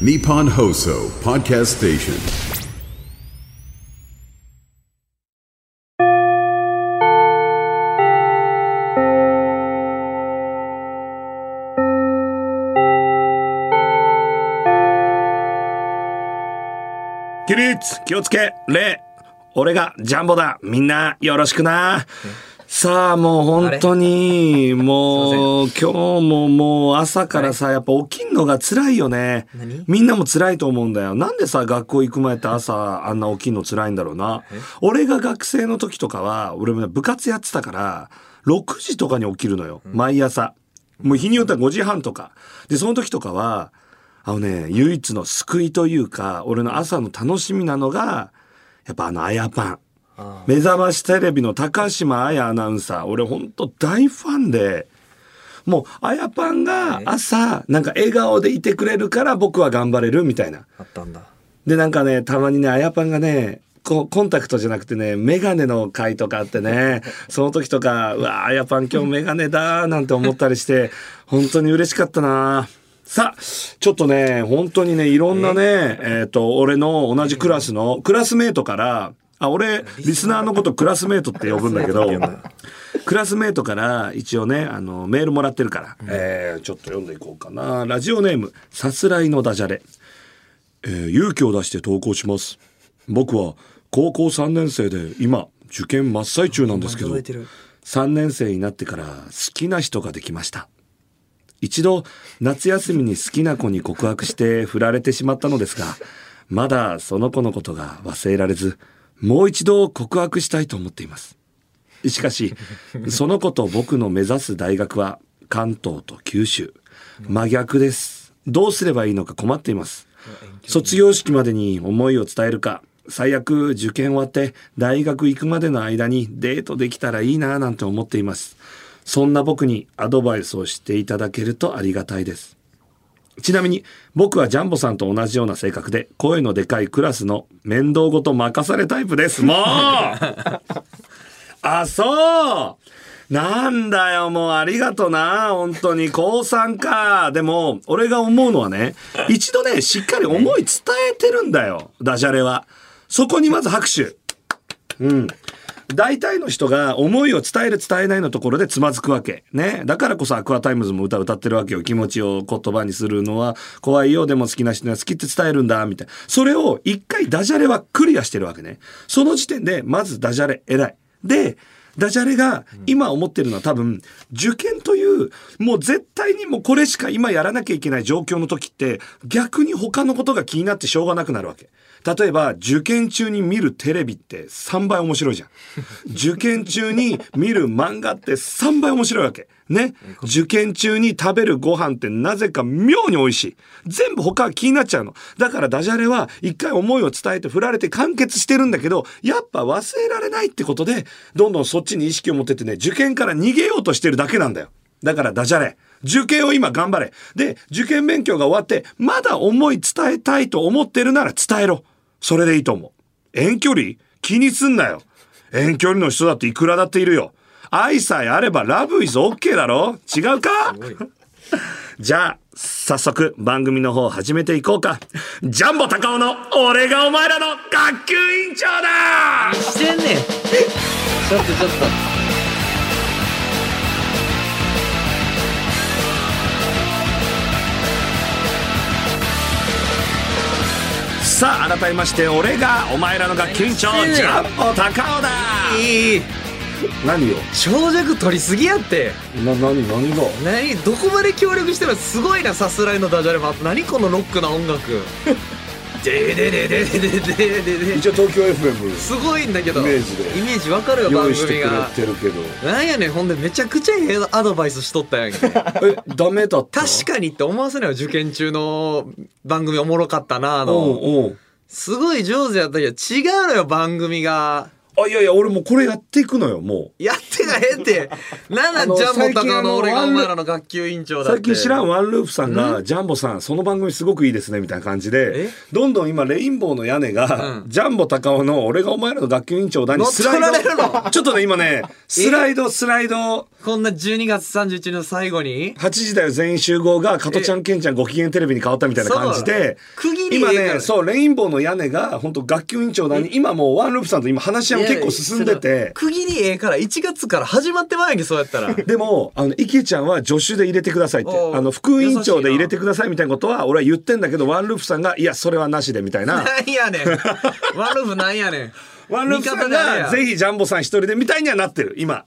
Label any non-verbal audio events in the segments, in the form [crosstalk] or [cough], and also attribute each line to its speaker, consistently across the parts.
Speaker 1: Nippon Hoso Podcast Station.
Speaker 2: 起立気をつけ礼俺がジャンボだみんなよろしくなさあもう本当にもう今日ももう朝からさやっぱ起きんのが辛いよね
Speaker 3: 何
Speaker 2: みんなも辛いと思うんだよなんでさ学校行く前って朝あんな起きんの辛いんだろうな俺が学生の時とかは俺もね部活やってたから6時とかに起きるのよ毎朝もう日によっては5時半とかでその時とかはあのね、唯一の救いというか、俺の朝の楽しみなのが、やっぱあの、あやパン。目覚ましテレビの高島彩アナウンサー。俺ほんと大ファンで、もう、あやパンが朝、なんか笑顔でいてくれるから僕は頑張れるみたいな。
Speaker 3: あったんだ
Speaker 2: で、なんかね、たまにね、あやパンがね、こうコンタクトじゃなくてね、メガネの回とかあって [laughs] ね、その時とか、うわー、あやパン今日メガネだーなんて思ったりして、本当に嬉しかったなさあ、ちょっとね、本当にね、いろんなね、えっ、と、俺の同じクラスの、クラスメートから、あ、俺、リスナーのことクラスメートって呼ぶんだけど、クラスメートから一応ねあのメールもらってるから、えーちょっと読んでいこうかなラジオネーム「さすらいのダジャレ」えー勇気を出して投稿します僕は高校3年生で今受験真っ最中なんですけど
Speaker 3: 驚いてる
Speaker 2: 3年生になってから好きな人ができました一度夏休みに好きな子に告白して振られてしまったのですがまだその子のことが忘れられずもう一度告白したいと思っていますしかしその子と僕の目指す大学は関東と九州真逆ですどうすればいいのか困っています卒業式までに思いを伝えるか最悪受験終わって大学行くまでの間にデートできたらいいなぁなんて思っていますそんな僕にアドバイスをしていただけるとありがたいですちなみに僕はジャンボさんと同じような性格で声のでかいクラスの面倒ごと任されタイプですもうあそうなんだよもうありがとな本当に高3かでも俺が思うのはね一度ねしっかり思い伝えてるんだよダジャレはそこにまず拍手うん。大体の人が思いを伝える伝えないのところでつまずくわけ。ね。だからこそアクアタイムズも歌歌ってるわけよ。気持ちを言葉にするのは怖いよ。でも好きな人には好きって伝えるんだ。みたいな。それを一回ダジャレはクリアしてるわけね。その時点で、まずダジャレ偉い。で、ダジャレが今思ってるのは多分受験というもう絶対にもうこれしか今やらなきゃいけない状況の時って逆に他のことが気になってしょうがなくなるわけ。例えば受験中に見るテレビって3倍面白いじゃん。受験中に見る漫画って3倍面白いわけ。ね。受験中に食べるご飯ってなぜか妙に美味しい。全部他は気になっちゃうの。だからダジャレは一回思いを伝えて振られて完結してるんだけど、やっぱ忘れられないってことで、どんどんそっちに意識を持ってってね、受験から逃げようとしてるだけなんだよ。だからダジャレ。受験を今頑張れ。で、受験勉強が終わって、まだ思い伝えたいと思ってるなら伝えろ。それでいいと思う。遠距離気にすんなよ。遠距離の人だっていくらだっているよ。愛さえあればラブイズオッケーだろ違うかじゃあ、早速番組の方始めていこうか。ジャンボ高尾の俺がお前らの学級委員長だ
Speaker 3: してんねんちょっとちょっと
Speaker 2: さあ、改めまして俺がお前らの学級委員長、ジャンボ高尾だ
Speaker 3: いい
Speaker 2: 何よ
Speaker 3: 長尺取りすぎやって
Speaker 2: な、何、何が
Speaker 3: 何どこまで協力してるのすごいなさすらいのダジャレもあって何このロックな
Speaker 2: [laughs]
Speaker 3: 音楽ででででででででで
Speaker 2: 一応東京 FM
Speaker 3: すごいんだけど
Speaker 2: イメージで
Speaker 3: イメージわかるよ
Speaker 2: 用
Speaker 3: 番
Speaker 2: 意して
Speaker 3: 組が
Speaker 2: くれてるけど。
Speaker 3: なんやねんほんでめちゃくちゃええアドバイスしとったやん
Speaker 2: [laughs]
Speaker 3: け
Speaker 2: え、ダメだった
Speaker 3: 確かにって思わせないよ受験中の番組おもろかったなあの
Speaker 2: おうおう
Speaker 3: すごい上手やったけど違うのよ番組が
Speaker 2: あいやいや俺もうこれやっていくのよも
Speaker 4: やってがへんって。なん
Speaker 2: あ
Speaker 4: なん
Speaker 2: の
Speaker 4: ジャンボ高
Speaker 2: 最近あ
Speaker 4: の
Speaker 2: の
Speaker 4: 俺が
Speaker 2: ワ
Speaker 4: お
Speaker 2: ンル
Speaker 4: 前らの学級委員長
Speaker 2: う
Speaker 4: だって。
Speaker 2: 最近知らん
Speaker 4: わ。
Speaker 2: ワンループさんが「ジャンボさんその番組すごくいいですね」みたいな感じ
Speaker 4: え
Speaker 2: でどんどん今レインボーの屋根が、
Speaker 4: うん
Speaker 2: ジャンボ高尾の「俺がお前らの学級委員長だ」にスライ
Speaker 4: 乗っ取られるの
Speaker 2: ドちょっとね今ねスライドスライド
Speaker 4: こんな12月31日の最後に。
Speaker 2: 8時だよ全員集合が加トちゃんケンちゃんご機嫌テレビに変わったみたいな感じで
Speaker 4: そう区切り
Speaker 2: 今
Speaker 4: ええから
Speaker 2: ねそうレインボーの屋根が本当学級委員長だに今もうワンループさんと今話し合いも結構進んで
Speaker 4: いやいや
Speaker 2: て
Speaker 4: 区切りええから1月から始まってまうやんけ、そうやったら。
Speaker 2: でもあの池ちゃんは助手で入れてくださいって
Speaker 4: おう
Speaker 2: あの副委員長で入れてくださいみたいなことは俺は言ってんだけどワンループさんがいやそれはなしでみたい
Speaker 4: [laughs]
Speaker 2: な
Speaker 4: なんやねん。ワンルーフなんや
Speaker 2: [laughs]
Speaker 4: ねん。
Speaker 2: ワンループさん
Speaker 4: 味方
Speaker 2: が
Speaker 4: や
Speaker 2: ぜひジャンボさん一人でみたいにはなってる今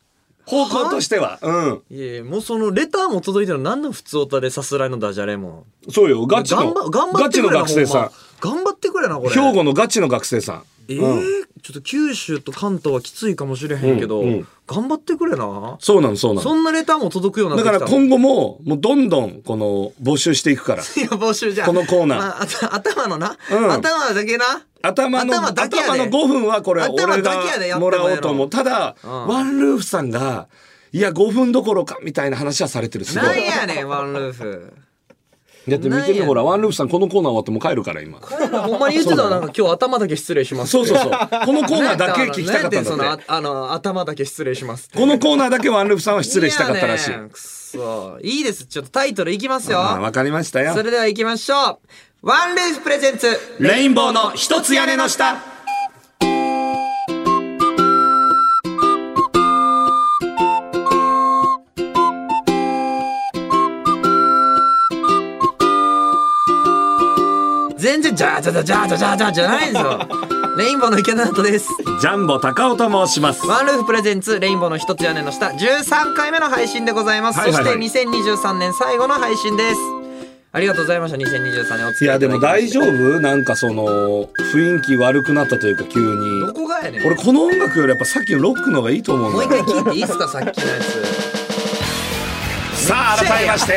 Speaker 2: 方向としてはうん
Speaker 4: いやいやもうそのレターも届いてるの何の普通歌でさすらいのダジャレも。
Speaker 2: そうよガチ
Speaker 4: 頑
Speaker 2: の
Speaker 4: 張頑張
Speaker 2: ガ
Speaker 4: って
Speaker 2: チ
Speaker 4: く
Speaker 2: の
Speaker 4: れな
Speaker 2: 学生さん
Speaker 4: ほんま頑張ってくれなこれ。
Speaker 2: 兵庫のガチの学生さん
Speaker 4: えーちょっと九州と関東はきついかもしれへんけど、
Speaker 2: うんうん
Speaker 4: 頑張ってくれな。
Speaker 2: そうなのそうなの
Speaker 4: そんなレターも届くようにな
Speaker 2: だ
Speaker 4: って
Speaker 2: か
Speaker 4: きた
Speaker 2: ら
Speaker 4: の
Speaker 2: 今後も、もうどんどん、この、募集していくから。
Speaker 4: いや募集じゃん
Speaker 2: このコーナー
Speaker 4: まああた頭のな、
Speaker 2: うん
Speaker 4: 頭だけな
Speaker 2: 頭の、
Speaker 4: 頭だけやで
Speaker 2: 頭の5分はこれ、
Speaker 4: 頭
Speaker 2: 俺
Speaker 4: だけやで
Speaker 2: が
Speaker 4: やっても
Speaker 2: も
Speaker 4: やろ
Speaker 2: らおうと思う。ただ、
Speaker 4: うん
Speaker 2: ワンルーフさんが、いや、5分どころか、みたいな話はされてる。すご
Speaker 4: なん
Speaker 2: い。
Speaker 4: やねんワンルーフ
Speaker 2: だって見
Speaker 4: なん
Speaker 2: て
Speaker 4: や
Speaker 2: み、ほら、ワンルーフさん、このコーナー終わってもう帰るから、今。
Speaker 4: ほんまに言ってたわなんか今日頭だけ失礼します
Speaker 2: そうそうそう。このコーナーだけ聞きたかった
Speaker 4: なんやてそ
Speaker 2: ん
Speaker 4: の
Speaker 2: だ
Speaker 4: あ
Speaker 2: って。
Speaker 4: あの頭だけ失礼しますって
Speaker 2: このコーナーだけワンルーフさんは失礼したかったらしい。
Speaker 4: やねんくっそいいですちょっとタイトルいきますよ
Speaker 2: ああわかりましたよ
Speaker 4: そ。れでは行きましょうワンルーフプレゼンツ
Speaker 2: レインボーの一つ屋根の下。
Speaker 4: 全然ジャージャージャージャージャージャーじゃないんですよレインボーの池田とです
Speaker 2: ジャンボ高尾と申します。
Speaker 4: ワンルーフプレゼンツレインボーの一つ屋根の下13回目の配信でございます、
Speaker 2: はいはいはい
Speaker 4: そして2023年最後の配信ですありがとうございました2023年お
Speaker 2: い
Speaker 4: 付き合い
Speaker 2: や、
Speaker 4: いた
Speaker 2: で
Speaker 4: だ
Speaker 2: も
Speaker 4: きまして
Speaker 2: 大丈夫なんかその、雰囲気悪くなったというか、急に。
Speaker 4: どこがやねん
Speaker 2: 俺この音楽よりやっぱさっきのロックの方がいいと思うん
Speaker 4: もう
Speaker 2: だ
Speaker 4: 一
Speaker 2: よ
Speaker 4: 回聞いていいっすかさっきのやつ
Speaker 2: さあ改めまして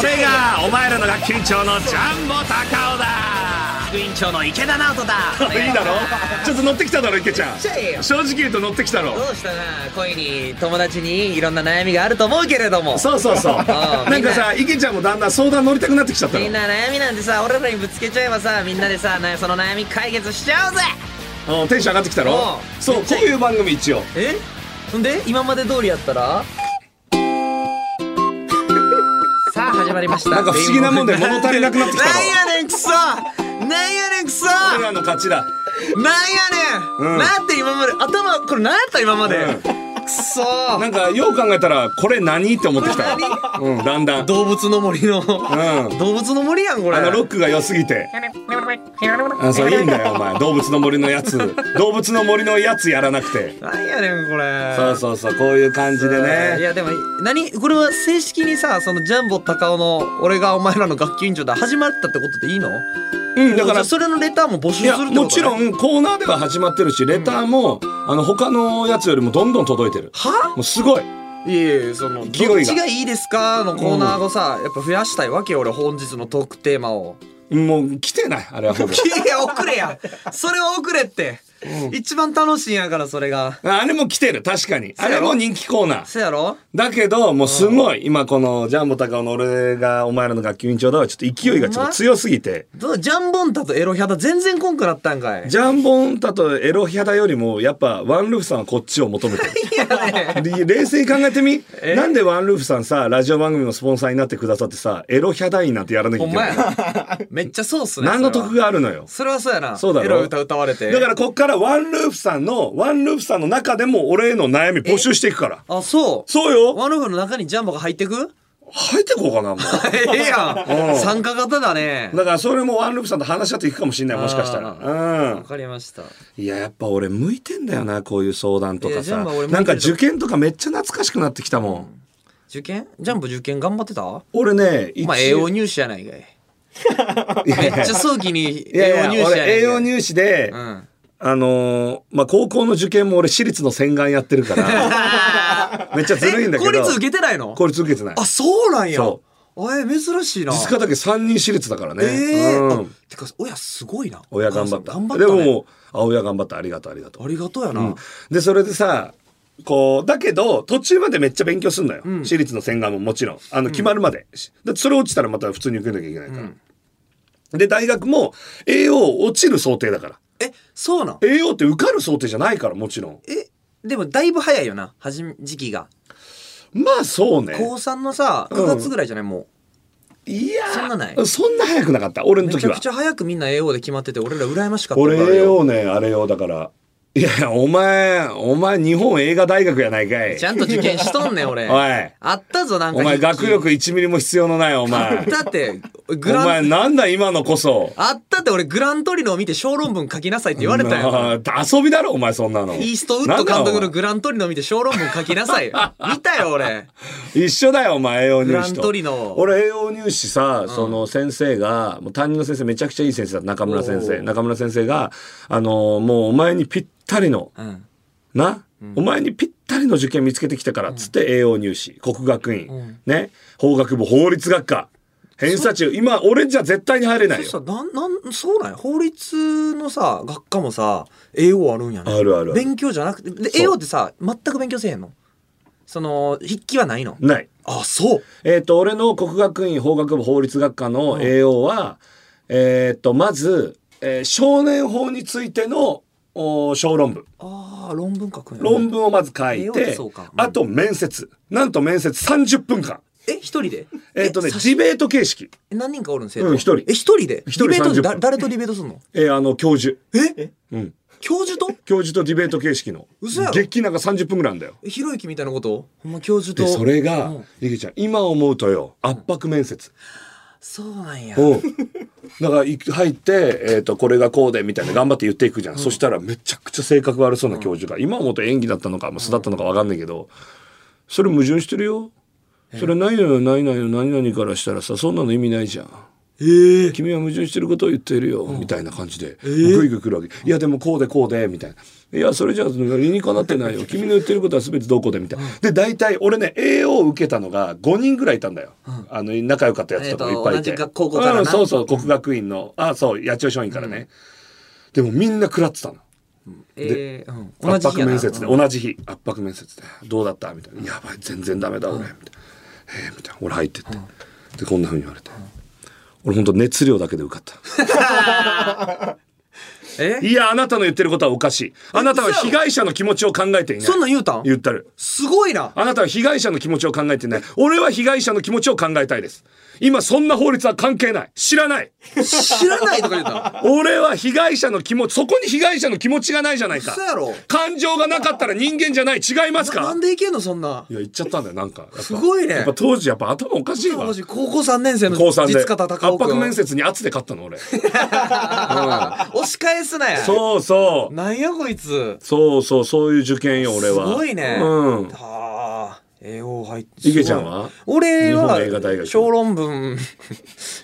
Speaker 2: 俺がお前らの学級委員長のジャンボ高尾だ
Speaker 4: 副委員長の池田直人だ
Speaker 2: いいだろ [laughs] ちょっと乗ってきただろ池ちゃん
Speaker 4: ちゃえよ
Speaker 2: 正直言うと乗ってきたろ
Speaker 4: どうしたな恋に友達にいろんな悩みがあると思うけれども
Speaker 2: そうそう [laughs] そうなんかさ池ちゃんもだんだん相談乗りたくなってきちゃった
Speaker 4: みんな悩みなんてさ俺らにぶつけちゃえばさみんなでさなその悩み解決しちゃおうぜ
Speaker 2: ろうんテンション上がってきたろ
Speaker 4: うん
Speaker 2: そうこういう番組一応
Speaker 4: えほんで今まで通りやった
Speaker 2: [laughs]
Speaker 4: らさあ始まりました
Speaker 2: なんか不思議なもんで物足りなくなってきたろ
Speaker 4: なんやねんくそなんやねんくそなん
Speaker 2: 俺
Speaker 4: や
Speaker 2: らの勝ちだ
Speaker 4: ねん、
Speaker 2: うん
Speaker 4: なんて今まで頭これなんやった今まで、
Speaker 2: うん
Speaker 4: くそ
Speaker 2: なんかよう考えたらこれ何って思ってきたうんだんだん
Speaker 4: 動物の森の、
Speaker 2: ん
Speaker 4: 動物の森やんこれ
Speaker 2: あのロックが良すぎてあそういいんだよお前動物の森のや [laughs] つ動物の森のやつやらなくて
Speaker 4: なんやねんこれ
Speaker 2: そうそうそうこういう感じで
Speaker 4: い
Speaker 2: ね
Speaker 4: やでも何これは正式にさそのジャンボ高尾の俺がお前らの学級委員長だ始まったってことでいいの
Speaker 2: うんだか
Speaker 4: じゃ
Speaker 2: ら
Speaker 4: あそれのレターも募集す
Speaker 2: い
Speaker 4: るって
Speaker 2: や
Speaker 4: こと、ね、
Speaker 2: もちろんコーナーでは始まってるしレターも、あの他のやつよりもどんどん届いてる
Speaker 4: は
Speaker 2: もうすごい
Speaker 4: いやいやその
Speaker 2: 勢いが
Speaker 4: どっちがいいですかのコーナーをさ、やっぱ増やしたいわけよ俺本日のトークテーマを
Speaker 2: もう来てないあ
Speaker 4: [laughs]
Speaker 2: れはほぼ
Speaker 4: いや遅れやそれは遅れって、一番楽しいんやからそれが
Speaker 2: あれも来てる確かに
Speaker 4: う
Speaker 2: あ
Speaker 4: や
Speaker 2: れ
Speaker 4: ろ
Speaker 2: も人気コーナー
Speaker 4: そやろ
Speaker 2: だけどもうすごい今このジャンボ高尾の俺がお前らの学級委員長だはちょっと勢いがちょっと強すぎて
Speaker 4: どうジャンボンタとエロヒャダ全然こんくなったんかい
Speaker 2: ジャンボンタとエロヒャダよりもやっぱワンルーフさんはこっちを求めて
Speaker 4: [laughs]
Speaker 2: る
Speaker 4: いやね
Speaker 2: で冷静に考えて
Speaker 4: [laughs]
Speaker 2: みなんでワンルーフさんさラジオ番組のスポンサーになってくださってさエロヒャダインなんてやらなきゃ
Speaker 4: ほ
Speaker 2: い
Speaker 4: ん
Speaker 2: け
Speaker 4: ま
Speaker 2: ない
Speaker 4: やなめっちゃそうっすね
Speaker 2: 何の得があるのよ
Speaker 4: それはそれはそうやな
Speaker 2: そうだろ
Speaker 4: エロ歌歌われて
Speaker 2: だからこっからワンルーフさんのワンルーフさんの中でも俺への悩み募集していくから
Speaker 4: あそう
Speaker 2: そうよ
Speaker 4: ワンルーフの中にジャンボが入ってく
Speaker 2: 入ってこうかなもう
Speaker 4: [laughs]
Speaker 2: だ
Speaker 4: ええや
Speaker 2: うんん
Speaker 4: 参加型だね
Speaker 2: からそれもワンルーフさんと話し合っていくかもしれないもしかしたらう
Speaker 4: わ
Speaker 2: ん
Speaker 4: かりました
Speaker 2: いややっぱ俺向いてんだよなこういう相談と
Speaker 4: いや
Speaker 2: か
Speaker 4: ジャン
Speaker 2: さ
Speaker 4: ボは俺向いてる
Speaker 2: なんか受験とかめっちゃ懐かしくなってきたもん
Speaker 4: 受験ジャンボ受験頑張ってたお
Speaker 2: 俺ね一応
Speaker 4: 前栄養入試やないかい
Speaker 2: [laughs] いや
Speaker 4: め
Speaker 2: い
Speaker 4: っ
Speaker 2: や
Speaker 4: ちゃ早期に
Speaker 2: い
Speaker 4: 栄養
Speaker 2: やい
Speaker 4: 入試やない
Speaker 2: や
Speaker 4: かい
Speaker 2: 俺栄養入試で、
Speaker 4: うん
Speaker 2: あのーまあ、高校の受験も俺私立の洗顔やってる
Speaker 4: [laughs]
Speaker 2: からめっちゃずるいんだけど
Speaker 4: え公立受けてないの
Speaker 2: 公立受けてない
Speaker 4: あそうなんや
Speaker 2: そ
Speaker 4: あえ珍しいな
Speaker 2: 実家だけ3人私立だからね。
Speaker 4: ええ
Speaker 2: うん
Speaker 4: あてか親すごいな
Speaker 2: 親頑張った。
Speaker 4: お母さん頑張った、ね、
Speaker 2: でももう、あ、親頑張った、ありがとう、ありがと
Speaker 4: ありがとうや
Speaker 2: う。
Speaker 4: な、
Speaker 2: うんで、それでさ、こう、だけど、途中までめっちゃ勉強すんだよ。私立の洗顔ももちろん。あの、決まるまで。だってそれ落ちたらまた普通に受けなきゃいけないから。で、大学も、AO 落ちる想定だから。
Speaker 4: えそうなん
Speaker 2: AO って受かる想定じゃないから、もちろん。
Speaker 4: えでもだいぶ早いよなはじめ時期が
Speaker 2: まあ、そうね。
Speaker 4: 高3のさ
Speaker 2: うん
Speaker 4: 9月ぐらいじゃない、も
Speaker 2: いやー
Speaker 4: そんなない
Speaker 2: そんな早くなかった。俺
Speaker 4: う
Speaker 2: の
Speaker 4: めち
Speaker 2: 時
Speaker 4: ゃく
Speaker 2: は
Speaker 4: ち。ゃ早くみんな AO で決まってて俺ら羨ましかった
Speaker 2: 俺
Speaker 4: んだよ
Speaker 2: をねあれよだからいやいやお前お前日本映画大学やないかい
Speaker 4: ちゃんと受験しとんねん
Speaker 2: [laughs]
Speaker 4: 俺
Speaker 2: おい
Speaker 4: あったぞなんか
Speaker 2: お前
Speaker 4: 筆記
Speaker 2: 学力1ミリも必要のないお
Speaker 4: あっ
Speaker 2: 前
Speaker 4: たって
Speaker 2: お
Speaker 4: グラ
Speaker 2: 前
Speaker 4: ン
Speaker 2: なんだ今のこそ
Speaker 4: あったって俺グラントリノを見て小論文書きなさいって言われたよ、
Speaker 2: なあ [laughs] 遊びだろお前そんなの
Speaker 4: イーストウッド監督のグラントリノを見て小論文書きなさいよ見たよ俺
Speaker 2: 一緒だよお前栄養入試と
Speaker 4: グラントリノ
Speaker 2: 俺栄養入試さ、その先生がもう担任の先生めちゃくちゃいい先生だった中村先
Speaker 4: お
Speaker 2: 生
Speaker 4: う
Speaker 2: 中村先生があのもうお前にぴったりの、
Speaker 4: ん
Speaker 2: な、お前にぴったりの受験見つけてきたからっつって栄養入試国学院、ね法学部法律学科偏差値今俺じゃ絶対に入れないよ
Speaker 4: そうなんなんそうなんや法律のさ学科もさ AO あるんやね
Speaker 2: あるあるある
Speaker 4: 勉強じゃなくてで
Speaker 2: そう
Speaker 4: AO ってさ全く勉強せえへんのその筆記はないの
Speaker 2: ない
Speaker 4: あそう
Speaker 2: えっ、と、俺の国学院法学部法律学科の栄養は、えっ、と、まず、えー少年法についてのお小論文。
Speaker 4: ああ論文書くんや
Speaker 2: 論文をまず書い
Speaker 4: 栄養
Speaker 2: て、
Speaker 4: でそうかうん
Speaker 2: あと面接。なんと面接30分間。
Speaker 4: え一人で
Speaker 2: えっ、とね、
Speaker 4: さ
Speaker 2: ディベート形式。
Speaker 4: 何人かおるん生徒
Speaker 2: うん一人
Speaker 4: え一人で
Speaker 2: 一人
Speaker 4: ディベートで
Speaker 2: 30分
Speaker 4: だ誰とディベートすんの
Speaker 2: えーあの、教授。
Speaker 4: え
Speaker 2: うん。
Speaker 4: 教授と
Speaker 2: 教授とディベート形式の。
Speaker 4: 嘘やろ
Speaker 2: 激なんか30分ぐらいなんだよ。
Speaker 4: えひろゆきみたいなことほんま教授
Speaker 2: で、
Speaker 4: と
Speaker 2: それが
Speaker 4: うん、
Speaker 2: ゆきちゃん、今思うとよ、圧迫面接。
Speaker 4: そうなんや
Speaker 2: うん。だからい入って、えー、とこれがこうでみたいな頑張って言っていくじゃん、そしたらめちゃくちゃ性格悪そうな教授が、今思うと演技だったのかもう巣だったのか分かんないけどそれ矛盾してるよそれないのよないのよ何々からしたらさそんなの意味ないじゃん
Speaker 4: ええ
Speaker 2: 君は矛盾してることを言っているよ、みたいな感じで、ぐいぐい来るわけいやでもこうでこうでみたいないやそれじゃあ理にかなってないよ君の言ってることは全てどうこうでみたいなで大体俺ね AO を受けたのが5人ぐらいいたんだよ、あの仲良かったやつとかもいっぱいいて、
Speaker 4: えーと同じ高校からな
Speaker 2: うんそうそう国学院のあそう八千代松陰からね、でもみんな食らってたの
Speaker 4: ええうん同
Speaker 2: 圧
Speaker 4: じ
Speaker 2: 迫
Speaker 4: 日やな
Speaker 2: 面接で
Speaker 4: うん
Speaker 2: 同じ日圧迫面接でどうだったみたいな「やばい全然ダメだ俺」みたいな「えーみたいな俺入ってってでこんなふうに言われて俺ほんと熱量だけで受かった。
Speaker 4: え
Speaker 2: いや、あなたの言ってることはおかしい。あなたは被害者の気持ちを考えていない。
Speaker 4: そんなん言うたん
Speaker 2: 言ったる。
Speaker 4: すごいな
Speaker 2: あなたは被害者の気持ちを考えていない。俺は被害者の気持ちを考えたいです。今そんな法律は関係ない。知らない。
Speaker 4: 知らないとか
Speaker 2: [laughs]
Speaker 4: 言うた
Speaker 2: 俺は被害者の気持ち、そこに被害者の気持ちがないじゃないか
Speaker 4: 嘘やろ。
Speaker 2: 感情がなかったら人間じゃない。違います
Speaker 4: な
Speaker 2: か
Speaker 4: んでいけんのそんない
Speaker 2: や、言っちゃったんだよ、なんか。やっぱ
Speaker 4: すごいね
Speaker 2: やっぱ当時やっぱ頭おかしいわ
Speaker 4: 私。高校3年生の
Speaker 2: 高3で。
Speaker 4: 実方
Speaker 2: 圧
Speaker 4: 高尾君
Speaker 2: 迫面接に圧で勝ったの、俺。
Speaker 4: [laughs] 押し返すなや
Speaker 2: そうそう。
Speaker 4: なんやこいつ
Speaker 2: そうそう、そういう受験よ、俺
Speaker 4: す
Speaker 2: は。
Speaker 4: ごいね
Speaker 2: うん。
Speaker 4: はあ栄養入って
Speaker 2: いけちゃんは
Speaker 4: 俺
Speaker 2: 日
Speaker 4: は
Speaker 2: 本映画大学
Speaker 4: 小論文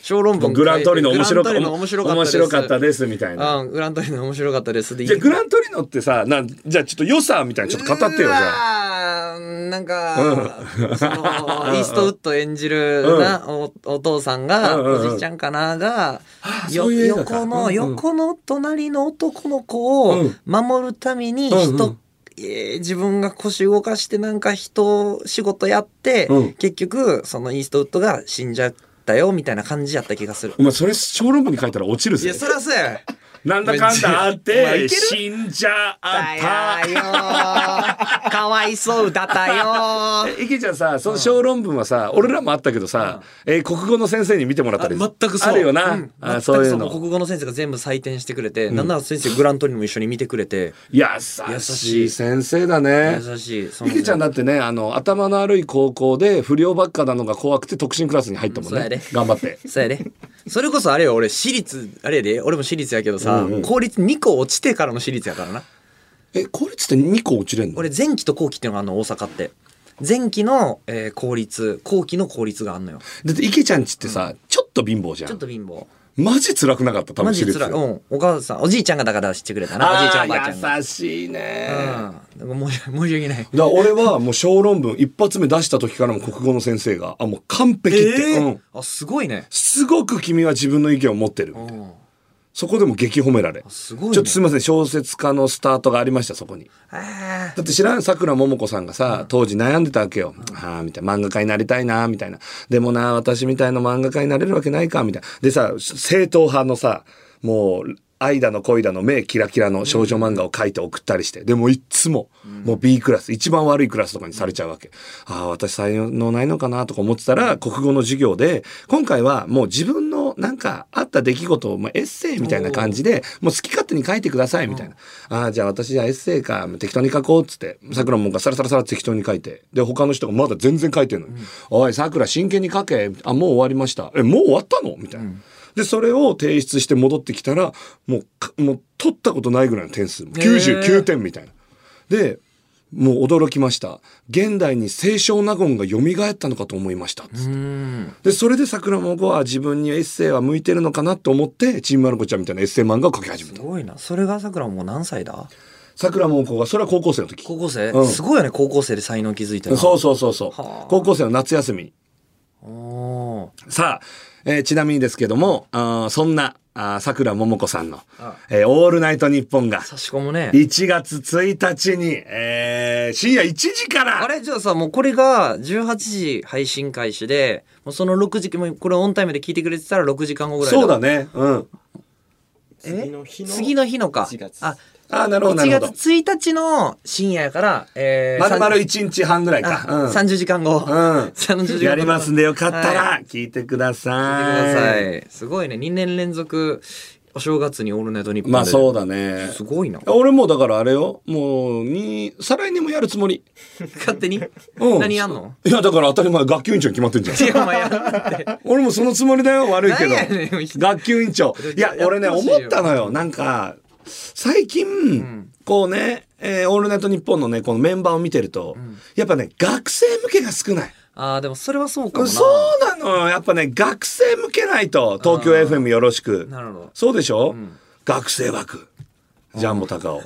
Speaker 4: 小論文
Speaker 2: グラントリノ面白
Speaker 4: グ
Speaker 2: か
Speaker 4: ラ
Speaker 2: っ
Speaker 4: ントリ
Speaker 2: た
Speaker 4: ノ面白かった
Speaker 2: 面
Speaker 4: です
Speaker 2: 白かったですみたいな。
Speaker 4: うんグラントリノ面白かったですで
Speaker 2: じゃあグラントリノってさなんじゃあちょっと良さみたいなちょっと語ってよじゃあ。
Speaker 4: ゃあなんか、そのイーストウッド演じるな、おお父さんが、
Speaker 2: うんうんうん
Speaker 4: おじいちゃんかなが、
Speaker 2: あ
Speaker 4: よ
Speaker 2: そういう映画か
Speaker 4: 横の、
Speaker 2: うんうん
Speaker 4: 横の隣の男の子を
Speaker 2: うん
Speaker 4: 守るために人、
Speaker 2: うんうん
Speaker 4: えー自分が腰動かしてなんか人仕事やって、
Speaker 2: うん
Speaker 4: 結局そのイーストウッドが死んじゃったよみたいな感じやった気がする。
Speaker 2: お前それ小論文に書いたら落ちる
Speaker 4: いや
Speaker 2: ぜ。
Speaker 4: そりゃそうや。
Speaker 2: なんだかんだあっ
Speaker 4: お前いけ
Speaker 2: て
Speaker 4: る
Speaker 2: 死んじゃった
Speaker 4: だ。よーかわいそうだったよー
Speaker 2: え池ちゃんさその小論文はさ、俺らもあったけどさ、えー国語の先生に見てもらったり
Speaker 4: あ全くそう
Speaker 2: あるよな、
Speaker 4: ん
Speaker 2: あ
Speaker 4: 全く
Speaker 2: そういう
Speaker 4: そ
Speaker 2: の
Speaker 4: 国語の先生が全部採点してくれて、なんなら先生グラントリーも一緒に見てくれて
Speaker 2: 優
Speaker 4: 優
Speaker 2: し
Speaker 4: し
Speaker 2: い
Speaker 4: い
Speaker 2: 先生だね
Speaker 4: 優しいその
Speaker 2: 池ちゃんだってねあの頭の悪い高校で不良ばっかなのが怖くて特進クラスに入ったもん
Speaker 4: うんそうや
Speaker 2: ね
Speaker 4: で
Speaker 2: 頑張って
Speaker 4: そうやねそれこそあれよ俺私立あれやで俺も私立やけどさ、
Speaker 2: うんうん
Speaker 4: 公立2個落ちてからの私立やからな
Speaker 2: え公立って2個落ちれんの
Speaker 4: 俺前期と後期っていうのがあんの大阪って前期の、えー公立後期の公立があんのよ
Speaker 2: だって池ちゃんちってさ、ちょっと貧乏じゃん
Speaker 4: ちょっと貧乏
Speaker 2: マジ辛くなかった多
Speaker 4: マ
Speaker 2: 分
Speaker 4: ジ
Speaker 2: シリー
Speaker 4: で
Speaker 2: ズ
Speaker 4: 辛い。うん。お母さん、おじいちゃんがだから知ってくれたな。おじいちゃん、おばあちゃんが。
Speaker 2: 優しいね、
Speaker 4: うん。なんか申し申し訳ない。
Speaker 2: だから俺はもう小論文一発目出した時からも国語の先生が、あ、もう完璧って、うん
Speaker 4: あ、すごいね。
Speaker 2: すごく君は自分の意見を持ってるみたいな。そこでも激褒められ。
Speaker 4: すごいね
Speaker 2: ちょっとすみません、小説家のスタートがありました、そこに。
Speaker 4: あ
Speaker 2: だって知らん、桜ももこさんがさ、当時悩んでたわけよ。ああ、みたいな。漫画家になりたいな、みたいな。でもな、私みたいな漫画家になれるわけないか、みたいな。でさ、正統派のさ、もう、愛だの恋だの目キラキラの少女漫画を書いて送ったりして。でもいっつも、もう B クラス、一番悪いクラスとかにされちゃうわけ。ああ、私才能ないのかな、とか思ってたら、国語の授業で、今回はもう自分のなんかあった出来事をもうエッセイみたいな感じで、もう好き勝手に書いてください、みたいな。ああ、じゃあ私じゃあエッセイか、適当に書こうっつって、さくらもんがサラサラサラ適当に書いて、で、他の人がまだ全然書いてるのに、おい、さくら真剣に書け、あ、もう終わりました。え、もう終わったのみたいな。で、それを提出して戻ってきたら、もうか、もう取ったことないぐらいの点数、99点みたいな。で、もう驚きました。現代に清少納言が蘇ったのかと思いました。つってでそれで桜もごは自分にエッセイは向いてるのかなと思ってチームまる子ちゃんみたいなエッセイ漫画を書き始め
Speaker 4: す
Speaker 2: た
Speaker 4: ごいな。それがさくらもう何歳だ
Speaker 2: 桜も子がそれは高校生の時
Speaker 4: 高校生、
Speaker 2: うん
Speaker 4: すごいよね、高校生で才能気づいたら。
Speaker 2: そうそうそうそう
Speaker 4: はあ
Speaker 2: 高校生の夏休みに
Speaker 4: う。おー
Speaker 2: さあ、えーちなみにですけどもあーそんなあー桜ももこさんの
Speaker 4: あ
Speaker 2: 「えーオールナイトニッポン」が
Speaker 4: 差し込むね。
Speaker 2: 1月1日に、えー深夜1時から
Speaker 4: あれじゃあさ、もうこれが18時配信開始で、もうその6時、もうこれオンタイムで聞いてくれてたら6時間後ぐらい
Speaker 2: そうだねうん
Speaker 5: 次の日の
Speaker 4: 次の日のか
Speaker 5: 1。月
Speaker 4: あ、
Speaker 2: あーなるほどな
Speaker 4: 1
Speaker 2: るほ
Speaker 4: 月
Speaker 2: ど
Speaker 4: 1日の深夜やから、えー、
Speaker 2: 丸々
Speaker 4: さん
Speaker 2: 1日半ぐらいか、
Speaker 4: あ
Speaker 2: うん
Speaker 4: 30時間後。30時間後。
Speaker 2: やりますんでよかった
Speaker 4: は
Speaker 2: ら聞いてください。
Speaker 4: 聞いてください。すごいね。2年連続、お正月にオールナイトニッポンで。
Speaker 2: まあそうだね。
Speaker 4: すごいな。
Speaker 2: 俺もだからあれよ、もう、に、再来年もやるつもり。
Speaker 4: 勝手に、
Speaker 2: うん
Speaker 4: 何やんの
Speaker 2: いや、だから当たり前、学級委員長に決まってんじゃん
Speaker 4: い。や、お前やんなって。
Speaker 2: 俺もそのつもりだよ、悪いけど
Speaker 4: なんやねん。
Speaker 2: 学級委員長。いや、俺ね、
Speaker 4: やってほしい
Speaker 2: 思
Speaker 4: よ
Speaker 2: ったのよ。なんか、最近、こうね、えーオールナイトニッポンのね、このメンバーを見てると、やっぱね、学生向けが少ない。
Speaker 4: ああ、でもそれはそうかもな。
Speaker 2: そうなのよやっぱね学生向けないと東京 FM よろしく
Speaker 4: なるほど
Speaker 2: そうでしょ、学生枠ジャンボ高尾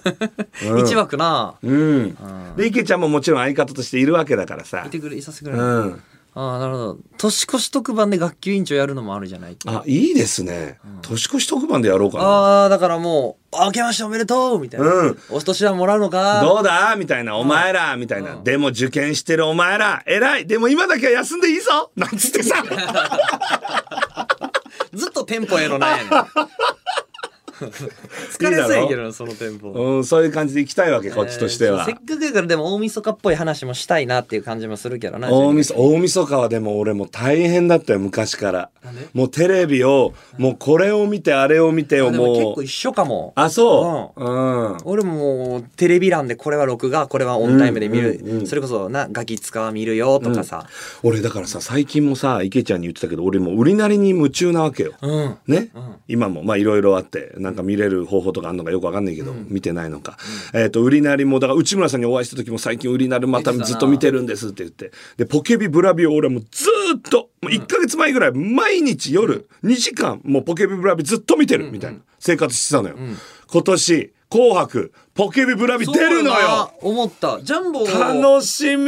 Speaker 4: 一枠な。
Speaker 2: うんで池ちゃんももちろん相方としているわけだからさ
Speaker 4: いてくれ、いさせてくれ。
Speaker 2: うん
Speaker 4: ああ、なるほど。年越し特番で学級委員長やるのもあるじゃない。
Speaker 2: あいいですね年越し特番でやろうか
Speaker 4: ああ、だからもう、あ明けましておめでとうみたいな。
Speaker 2: うん
Speaker 4: お年玉もらう
Speaker 2: な
Speaker 4: のか
Speaker 2: どうだみたいな、お前らみたいな。でも受験してるお前ら偉いでも今だけは休んでいいぞなんつって
Speaker 4: [laughs]
Speaker 2: さ
Speaker 4: ずっとテンポええの
Speaker 2: [laughs]
Speaker 4: なんやねん。疲れそうやけどな、そのテンポ。
Speaker 2: うん、そういう感じで行きたいわけ、こっちとしては。
Speaker 4: えーせっかくやからでも大晦日っぽい話もしたいなっていう感じもするけどな。
Speaker 2: 大晦大晦日はでも俺もう大変だったよ昔から
Speaker 4: で
Speaker 2: もうテレビをもうこれを見てあれを見てを
Speaker 4: あでも結
Speaker 2: もう
Speaker 4: 構一緒かも。
Speaker 2: あそううん、
Speaker 4: 俺ももうテレビ欄でこれは録画これはオンタイムで見る、
Speaker 2: うんうんうん
Speaker 4: それこそなガキ使は見るよとかさ、
Speaker 2: 俺だからさ最近もさ池ちゃんに言ってたけど俺もう売りなりに夢中なわけよ、
Speaker 4: うん
Speaker 2: ね、今もまあいろいろあってなんか見れる方法とかあんのかよくわかんないけど、見てないのか、えっ、と売りなりもだから内村さんにお会いした時も最近売りなりまた
Speaker 4: 見てたな
Speaker 2: ずっと見てるんですって言ってでポケビブラビを俺はもうずーっともう1ヶ月前ぐらい毎日夜2時間もうポケビブラビずっと見てるみたいな生活してたのよ、今年「紅白」ポケビブラビ出るの
Speaker 4: そうやな
Speaker 2: よ
Speaker 4: 思ったジャンボ
Speaker 2: 楽しみ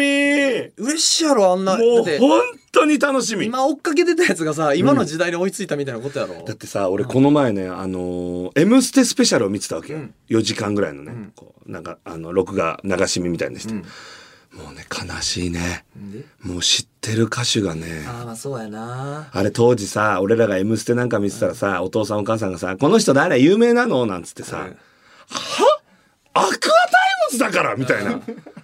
Speaker 4: 嬉しいやろあんな
Speaker 2: も
Speaker 4: だ
Speaker 2: う
Speaker 4: って
Speaker 2: 本当に楽しみ
Speaker 4: 今追っかけてたやつがさ今の時代に追いついたみたいなことやろ、
Speaker 2: だってさ俺この前ね「あのー M ステ」スペシャルを見てたわけよ、4時間ぐらいのね、こうなんかあの録画流し見みたいにして、もうね悲しいねもう知ってる歌手がね
Speaker 4: ああまあそうやな
Speaker 2: あれ当時さ俺らが「M ステ」なんか見てたらさ、お父さんお母さんがさ「この人誰有名なの?」なんつってさ「はアクアタイムズだから!」みたい [laughs] な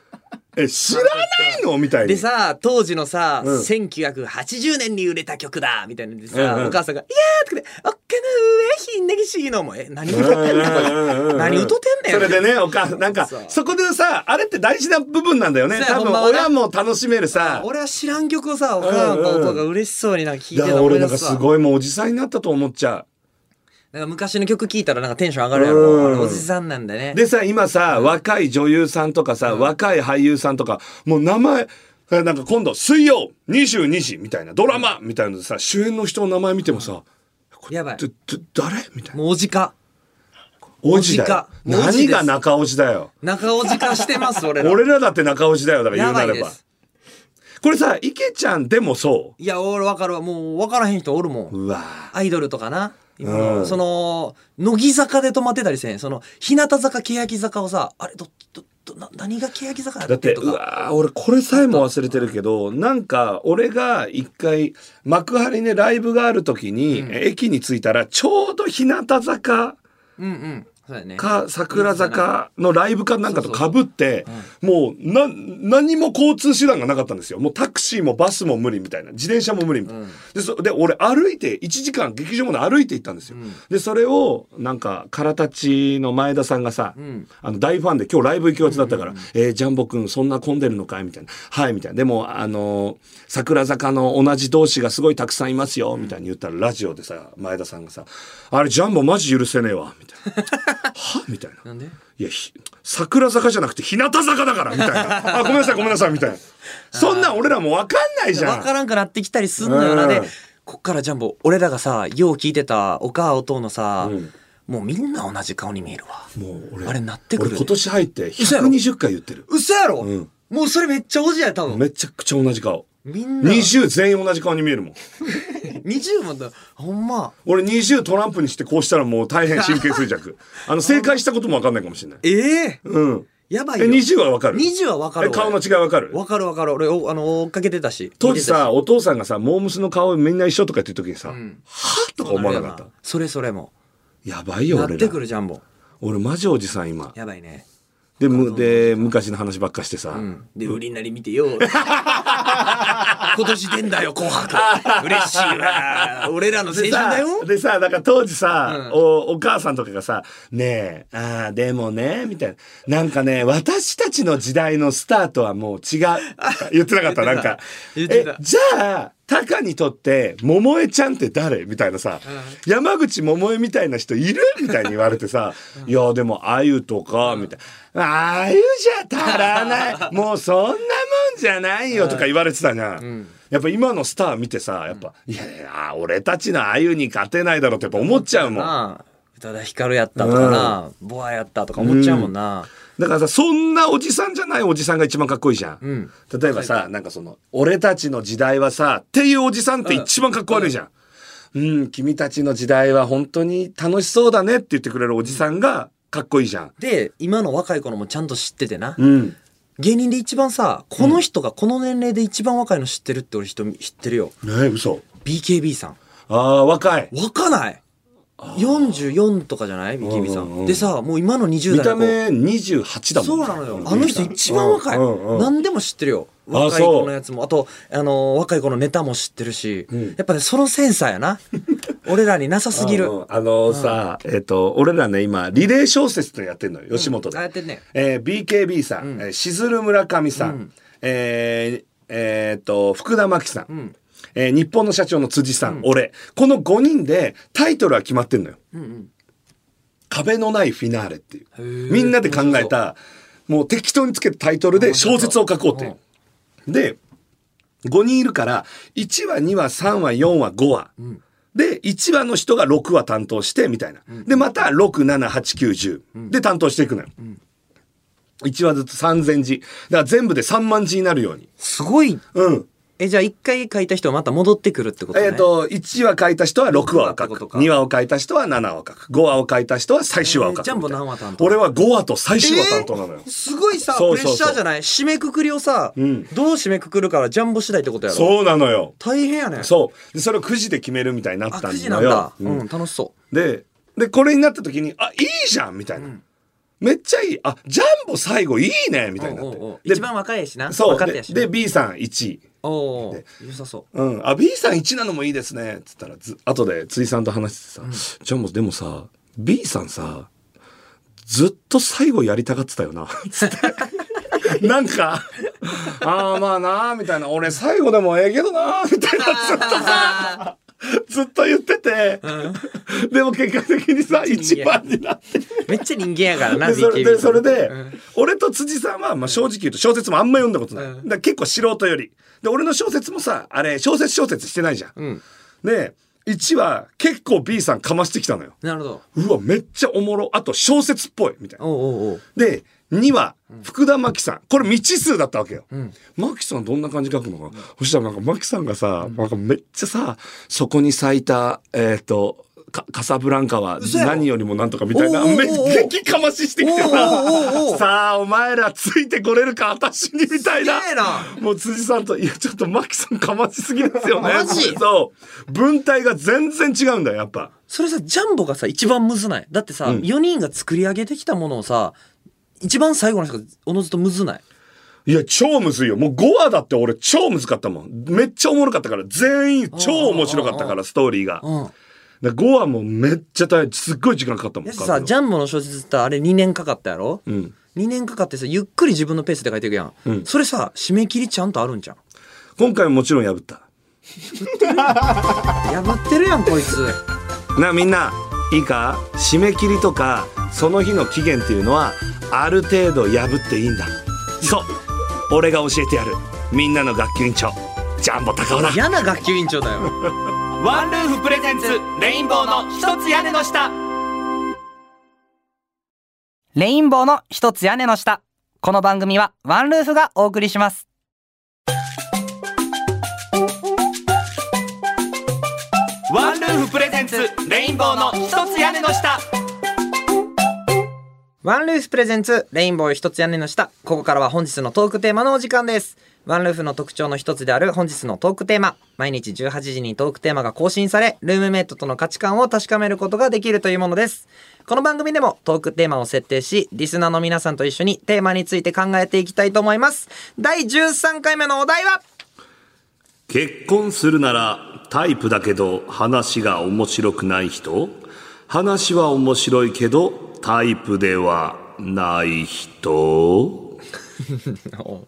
Speaker 2: 「え知らないの?」みたい
Speaker 4: で
Speaker 2: に。
Speaker 4: さ当時のさ、
Speaker 2: ん
Speaker 4: 1980年に売れた曲だみたいなのでさ、
Speaker 2: うんうん
Speaker 4: お母さんが「いやー」とかで「おっかの上ひんねぎしいの」もえ何歌ってんねんこれ何歌ってんね
Speaker 2: そ
Speaker 4: ん
Speaker 2: れでねお母さんなんか
Speaker 4: そう
Speaker 2: そこでさあれって大事な部分なんだよね
Speaker 4: そうや
Speaker 2: 多
Speaker 4: ほん
Speaker 2: 分
Speaker 4: まはね
Speaker 2: 親も楽しめるさ
Speaker 4: 俺は知らん曲をさお母さんとお父さんが嬉しそうになんか聴い
Speaker 2: だ
Speaker 4: て
Speaker 2: から
Speaker 4: るの思
Speaker 2: 俺
Speaker 4: い
Speaker 2: なん
Speaker 4: 出
Speaker 2: か
Speaker 4: す
Speaker 2: す
Speaker 4: わ
Speaker 2: ごいもうおじさんになったと思っちゃ
Speaker 4: なんか昔の曲聴いたらなんかテンション上がるやろあれおじさんなんだね
Speaker 2: うでさ今さ若い女優さんとかさ若い俳優さんとかもう名前なんか今度「水曜22時」みたいなドラマみたいなのでさ主演の人の名前見てもさ
Speaker 4: やばい
Speaker 2: てて誰みたいな。
Speaker 4: もうおじか
Speaker 2: おじだよ。
Speaker 4: おじかおじ
Speaker 2: 何
Speaker 4: です
Speaker 2: が中おじだよ。
Speaker 4: 中おじかしてます俺
Speaker 2: [laughs]
Speaker 4: ら
Speaker 2: 俺らだって中おじだよ。だから言
Speaker 4: や
Speaker 2: うな
Speaker 4: ばい
Speaker 2: れ
Speaker 4: で
Speaker 2: ば。
Speaker 4: す
Speaker 2: これさ、池ちゃんでもそ
Speaker 4: いや俺分かるわもう分からへん人おるもん
Speaker 2: う。うわぁ
Speaker 4: アイドルとかな今の、
Speaker 2: うん
Speaker 4: その乃木坂で止まってたりせんその日向坂欅坂をさあれどどどな何が欅坂や
Speaker 2: だ
Speaker 4: っ
Speaker 2: って
Speaker 4: けと
Speaker 2: う
Speaker 4: か
Speaker 2: わー俺これさえも忘れてるけどなんか俺が一回幕張ねライブがある時に、駅に着いたらちょうど日向坂
Speaker 4: うんうんそうだね
Speaker 2: か桜坂のライブかなんかとかぶってもうな何も交通手段がなかったんですよもうタクシーもバスも無理みたいな自転車も無理みたいな、でそで俺歩いて1時間劇場まで歩いて行ったんですよ、でそれをなんか空たちの前田さんがさ、
Speaker 4: ん
Speaker 2: あの大ファンで今日ライブ行きがちだったから「えージャンボくんそんな混んでるのかい?」みたいな「はい」みたいな「でもあのー桜坂の同じ同士がすごいたくさんいますよ」みたいに言ったらラジオでさ前田さんがさ「あれジャンボマジ許せねえわ」みたいな。はみたいな。
Speaker 4: なんで
Speaker 2: いや、ひ桜坂じゃなくて日向坂だからみたい
Speaker 4: [laughs]
Speaker 2: な。あ、ごめんなさい、ごめんなさい、みたいな。そんなん俺らもわかんないじゃ
Speaker 4: 分か
Speaker 2: ん。
Speaker 4: らんくなってきたりすんのよな、
Speaker 2: うん
Speaker 4: でこっからジャンボ俺らがさよう聞いてたお母お父のさ、もうみんな同じ顔に見えるわ
Speaker 2: もう俺、
Speaker 4: あれなってくる
Speaker 2: 俺今年入って
Speaker 4: 嘘やろ
Speaker 2: 120回言ってる。
Speaker 4: 嘘やろ、
Speaker 2: うん
Speaker 4: もうそれめっちゃおじや多分
Speaker 2: めちゃくちゃ同じ顔。
Speaker 4: みんな
Speaker 2: 20全員同じ顔に見えるもん。
Speaker 4: 20もだほんま
Speaker 2: 俺20トランプにしてこうしたらもう大変神経衰
Speaker 4: [laughs]
Speaker 2: 弱。あの、正解したこともわかんないかもしれない。
Speaker 4: ええ
Speaker 2: うん。
Speaker 4: やばい
Speaker 2: え、
Speaker 4: よ
Speaker 2: 20はわかる
Speaker 4: 20はわかる
Speaker 2: え顔の違いわかる
Speaker 4: わかるわかる俺おあの追っかけてたし
Speaker 2: 当時
Speaker 4: 見てたし
Speaker 2: さ、お父さんがさ、モームスの顔みんな一緒とか言ってる時にさ、はぁとか思わなかった。
Speaker 4: それそれも
Speaker 2: やばいよ、
Speaker 4: な
Speaker 2: 俺
Speaker 4: って
Speaker 2: ら
Speaker 4: く。るジャンボ
Speaker 2: 俺マジおじさん今。
Speaker 4: やばいね
Speaker 2: でむで昔の話ばっかしてさ、
Speaker 4: うんで売りなり見
Speaker 2: [laughs]
Speaker 4: てよ今年出んだよ紅白嬉しいわ俺らの青
Speaker 2: で
Speaker 4: 春
Speaker 2: さ
Speaker 4: だよ
Speaker 2: でさだから当時さ、
Speaker 4: うん
Speaker 2: おお母さんとかがさ「ねえああでもね」みたいななんかね私たちの時代のスターとはもう違う
Speaker 4: [laughs]
Speaker 2: 言ってなかったなんか
Speaker 4: 言ってた
Speaker 2: えじゃあタカにとって桃江ちゃんって誰みたいなさ、山口桃江みたいな人いるみたいに言われてさ「いやでもあゆとか」みたいな「あゆじゃ足らないもうそんなもんじゃないよ」とか言われてたじゃん。やっぱ今のスター見てさやっぱ「いやいや俺たちのあゆに勝てないだろ」ってやっぱ思っちゃうもん。
Speaker 4: なあ宇多田ヒカルやったとかなボアやったとか思っちゃうもんな
Speaker 2: だからさそんなおじさんじゃないおじさんが一番かっこいいじゃん、例えばさなんかその「俺たちの時代はさ」っていうおじさんって一番かっこ悪いじゃん、うん君たちの時代は本当に楽しそうだねって言ってくれるおじさんがかっこいいじゃん、
Speaker 4: で今の若い子のもちゃんと知っててな
Speaker 2: うん、
Speaker 4: 芸人で一番さこの人がこの年齢で一番若いの知ってるって俺人知ってるよ
Speaker 2: ねえ嘘
Speaker 4: BKB さん
Speaker 2: あー若い
Speaker 4: 若ない44とかじゃない BKB さ
Speaker 2: うんうんうん
Speaker 4: んでさもう今の20
Speaker 2: 見
Speaker 4: 代
Speaker 2: た
Speaker 4: の子
Speaker 2: 目28だも
Speaker 4: そ
Speaker 2: ん
Speaker 4: う
Speaker 2: ね
Speaker 4: なのよあの人一番若い
Speaker 2: うんうん
Speaker 4: 何でも知ってるよ
Speaker 2: あ
Speaker 4: 若い子
Speaker 2: そう
Speaker 4: のやつもあとあのー若い子のネタも知ってるし
Speaker 2: ん
Speaker 4: やっぱねそのセンサー
Speaker 2: [laughs]
Speaker 4: やな俺らになさすぎる
Speaker 2: うんうんあのさ、えっ、と、俺らね、今、リレー小説ってのやってんのよ、吉本で。
Speaker 4: あやってんね
Speaker 2: えー BKB さん、えーしずる村上さん、えーえーっと、福田真紀さん、えー日本の社長の辻さん、俺、この5人でタイトルは決まってんのよ。壁のないフィナーレっていう。
Speaker 4: ー
Speaker 2: みんなで考えた、もう適当につけたタイトルで小説を書こうっていう。で、5人いるから、1話、2話、3話、4話、5話。で、1話の人が6話担当して、みたいな。で、また、6、7、8、9、10。で、担当していくのよ。1話ずつ3000字。だから全部で3万字になるように。
Speaker 4: すごい
Speaker 2: うん。
Speaker 4: えじゃあ一回書いた人はまた戻ってくるってことね
Speaker 2: えっ、と、1話書いた人は6話を書
Speaker 4: 六話ってこと
Speaker 2: く。
Speaker 4: か
Speaker 2: 2話を書いた人は7話を書く。5話を書いた人は最終話を書く
Speaker 4: えー
Speaker 2: みたい
Speaker 4: ジャ
Speaker 2: な。
Speaker 4: ンボ何話担当
Speaker 2: 俺は5話と最終話担当なのよ。
Speaker 4: すごいさ
Speaker 2: そう
Speaker 4: プ
Speaker 2: そ
Speaker 4: レ
Speaker 2: う
Speaker 4: ッ
Speaker 2: そう
Speaker 4: シャーじゃない締めくくりをさどうん締めくくるからジャンボ次第ってことやろ
Speaker 2: そうなのよ。
Speaker 4: 大変やね
Speaker 2: そう。で、それを9時で決めるみたいになっ
Speaker 4: あ
Speaker 2: た
Speaker 4: 9
Speaker 2: ん
Speaker 4: 時な
Speaker 2: だ
Speaker 4: んだ
Speaker 2: よ。
Speaker 4: う
Speaker 2: うん
Speaker 4: ん楽しそう
Speaker 2: で、で、これになった時に、あ、いいじゃんみたいな。めっちゃいい。あ、ジャンボ最後いいねみたいになって
Speaker 4: おうおうおう。
Speaker 2: で
Speaker 4: 一番若いしな
Speaker 2: そう。
Speaker 4: 若手
Speaker 2: で
Speaker 4: やしな
Speaker 2: で、B さん1位。
Speaker 4: おお良さそう
Speaker 2: うん、あ B さん1なのもいいですねっつったらず後で辻さんと話してさ、じゃあもうでもさ B さんさずっと最後やりたがってたよな [laughs] つ [laughs] って。なんか「ああまあなー」みたいな「俺最後でもええけどなー」みたいなずっと [laughs] さずっと言ってて、でも結果的にさ一番になって
Speaker 4: めっちゃ人間やからな
Speaker 2: でそれ
Speaker 4: BKB
Speaker 2: でそれで、
Speaker 4: うん
Speaker 2: 俺と辻さんは、まあ、正直言うと小説もあんま読んだことない、
Speaker 4: うん
Speaker 2: だから結構素人よりで俺の小説もさあれ小説小説してないじゃん、
Speaker 4: ん
Speaker 2: で1は結構 B さんかましてきたのよ。
Speaker 4: なるほど。
Speaker 2: うわ、めっちゃおもろ。あと小説っぽい。みたいな。
Speaker 4: おうおうおう。
Speaker 2: で、2は福田真紀さん。これ未知数だったわけよ。
Speaker 4: ん
Speaker 2: 真紀さんどんな感じ書くのかな、そしたらなんか真紀さんがさ、なんかめっちゃさ、そこに咲いた、えっ、と、かカサブランカは何よりもなんとかみたいな
Speaker 4: おうおうおう
Speaker 2: めっ激かまししてきて
Speaker 4: おうおうおう
Speaker 2: さ
Speaker 4: おう
Speaker 2: さあお前らついてこれるか私にみたいな
Speaker 4: すげえな
Speaker 2: もう辻さんといやちょっと真紀さんかましすぎですよね
Speaker 4: マジ
Speaker 2: そう文体が全然違うんだよやっぱ
Speaker 4: それさ、ジャンボがさ、一番むずない。だってさ、
Speaker 2: うん
Speaker 4: 4人が作り上げてきたものをさ、一番最後の人がおのずとむずない。
Speaker 2: いや、超むずいよ。もう5話だって俺超むずかったもん。めっちゃおもろかったから、全員超面白かったから、ストーリーが。
Speaker 4: うん。
Speaker 2: で5話もめっちゃ大変、すっごい時間かかったもん。
Speaker 4: やしさ、ジ
Speaker 2: ゃ
Speaker 4: ャンボの小説ってあれ2年かかったやろ
Speaker 2: うん。
Speaker 4: 2年かかってさ、ゆっくり自分のペースで書いていくやん。
Speaker 2: うん
Speaker 4: それさ、締め切りちゃんとあるんじゃん。
Speaker 2: 今回ももちろん破った。
Speaker 4: 破ってるやん、こいつ。
Speaker 2: なあみんないいか締め切りとかその日の期限っていうのはある程度破っていいんだそう俺が教えてやるみんなの学級委員長ジャンボ高尾だ
Speaker 4: 嫌な学級委員長だよ。
Speaker 6: ワンルーフプレゼンツレインボーの一つ屋根の下レインボーの一つ屋根の下この番組はワンルーフがお送りしますワンルーフプレゼンツレインボーの一つ屋根の下
Speaker 4: ワンルーフプレゼンツレインボー一つ屋根の下ここからは本日のトークテーマのお時間ですワンルーフの特徴の一つである本日のトークテーマ毎日18時にトークテーマが更新されルームメイトとの価値観を確かめることができるというものですこの番組でもトークテーマを設定しリスナーの皆さんと一緒にテーマについて考えていきたいと思います第13回目のお題は
Speaker 2: 結婚するならタイプだけど話が面白くない人話は面白いけどタイプではない
Speaker 4: [laughs]
Speaker 2: 人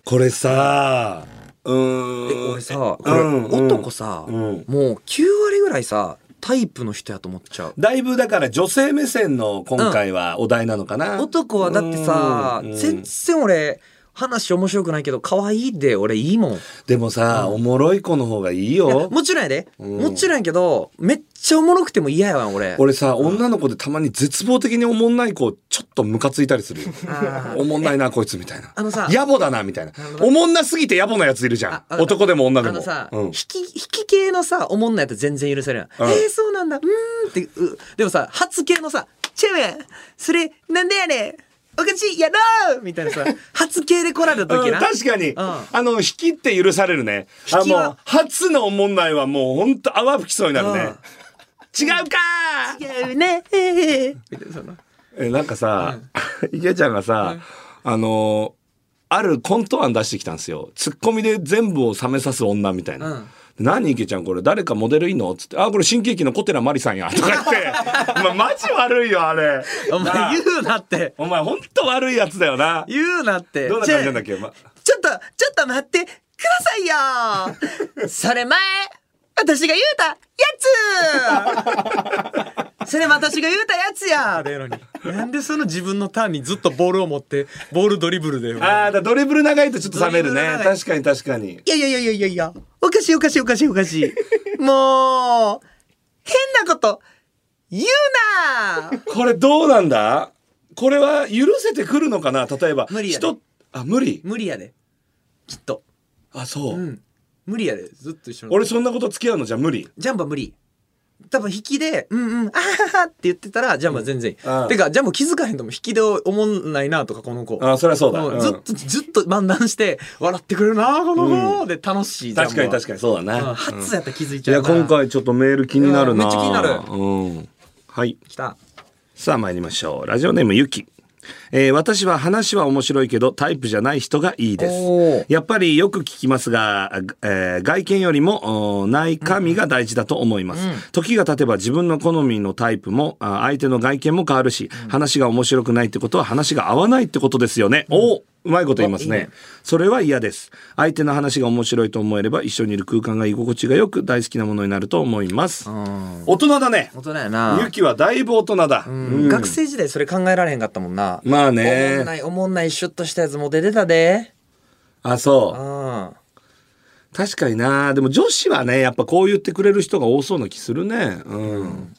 Speaker 2: これさう
Speaker 4: え
Speaker 2: ーん
Speaker 4: 俺さこれ
Speaker 2: うんうん
Speaker 4: 男さ、
Speaker 2: うん
Speaker 4: もう9割ぐらいさタイプの人やと思っちゃう
Speaker 2: だいぶだから女性目線の今回はお題なのかな、
Speaker 4: 男はだってさ
Speaker 2: うんうん
Speaker 4: 全然俺話面白くないけど可愛いで俺いいもんい
Speaker 2: でもさ、おもろい子の方がいい
Speaker 4: や
Speaker 2: よ
Speaker 4: もちろんやで
Speaker 2: うん
Speaker 4: もちろんやけどめっちゃおもろくても嫌やわ俺
Speaker 2: 俺さ、女の子でたまに絶望的におもんない子ちょっとムカついたりするよ
Speaker 4: あー
Speaker 2: おもんないなこいつみたいな
Speaker 4: あのさ
Speaker 2: 野暮だなみたいなおもんなすぎて野暮なやついるじゃん
Speaker 4: あわかった
Speaker 2: 男でも女で
Speaker 4: あ
Speaker 2: も
Speaker 4: のさ
Speaker 2: うん
Speaker 4: 引き引き系のさおもんないやつ全然許せるや
Speaker 2: うん
Speaker 4: んえーそうなんだうーんってうでもさ初系のさ「チェーンそれなんでやねんおかしいやろ!」みたいなさ
Speaker 2: [laughs]
Speaker 4: 初系で来られた時
Speaker 2: うん
Speaker 4: な
Speaker 2: 確かに、
Speaker 4: ん
Speaker 2: あの引きって許されるねあ
Speaker 4: 引きは
Speaker 2: もう初のおもんないはもうほんと泡吹きそうになるね、違うかー
Speaker 4: 違うねえーみたいなその
Speaker 2: えなんかさ、池ちゃんがさ、あのあるコント案出してきたんですよツッコミで全部を冷めさす女みたいな。
Speaker 4: うん
Speaker 2: 何池ちゃんこれ誰かモデルいんのっつって「あこれ新喜劇の小寺真理さんや」とか言
Speaker 4: [laughs]
Speaker 2: って、ま、マジ悪いよあれ
Speaker 4: お前
Speaker 2: なあ
Speaker 4: 言うなって
Speaker 2: お前ほんと悪いやつだよな
Speaker 4: 言うなって
Speaker 2: どんな感じなんだっけ、ま、
Speaker 4: ちょっと、ちょっと待ってください [laughs] よそれ前、私が言うたやつそれ私が言うたやつやだよのに。なんでその自分のターンにずっとボールを持って、ボールドリブルだよ。い
Speaker 2: あーだドリブル長いとちょっと冷める
Speaker 4: ドリブル
Speaker 2: ね
Speaker 4: 長い
Speaker 2: 確かに確かに
Speaker 4: やいやいやいやいやいや、おかしいおかしいおかしいおかしい。もう、変なこと、言うな
Speaker 2: これどうなんだこれは許せてくるのかな例えば
Speaker 4: 無理やね
Speaker 2: 人あ無理
Speaker 4: 無理やで。きっと。
Speaker 2: あそう、
Speaker 4: うん。無理やで。ずっと一緒に
Speaker 2: 俺そんなこと付き合うのじゃ無理
Speaker 4: ジャンボは無理。多分引きで、うんうん、あはははって言ってたら、ジャンボは全然いい。
Speaker 2: うん
Speaker 4: てか、ジャンボ気づかへんとも引きでおもんないなとか、この子。
Speaker 2: あそりゃそうだ、
Speaker 4: う
Speaker 2: うん
Speaker 4: んずっと、ずっと漫談して、笑ってくれるな、この子、で、楽しい。
Speaker 2: 確かに確
Speaker 4: か
Speaker 2: かにそうだな、
Speaker 4: 初やったら気づい
Speaker 2: い
Speaker 4: ちゃ
Speaker 2: や
Speaker 4: うな。
Speaker 2: 今。回ちょっとメール気になるな
Speaker 4: うんめっちゃ気になる
Speaker 2: うんはい
Speaker 4: 来た。
Speaker 2: さあ参りましょうラジオネームゆきえー私は話は面白いけどタイプじゃない人がいいです
Speaker 4: おー
Speaker 2: やっぱりよく聞きますが、えー外見よりもおー内髪が大事だと思います、時が経てば自分の好みのタイプもあ相手の外見も変わるし、話が面白くないってことは話が合わないってことですよね、おうまいこと言いますね
Speaker 4: おいいね
Speaker 2: それは嫌です相手の話が面白いと思えれば一緒にいる空間が居心地がよく大好きなものになると思います、
Speaker 4: うん。
Speaker 2: 大人だね
Speaker 4: 大人やな。
Speaker 2: ゆきはだいぶ大人だ、
Speaker 4: うん学生時代それ考えられへんかったもんな。
Speaker 2: まあ
Speaker 4: おもん
Speaker 2: ね
Speaker 4: ない、おもんない、シュッとしたやつも出てたで。
Speaker 2: あそう
Speaker 4: うん。
Speaker 2: 確かになでも女子はねやっぱこう言ってくれる人が多そうな気するねうん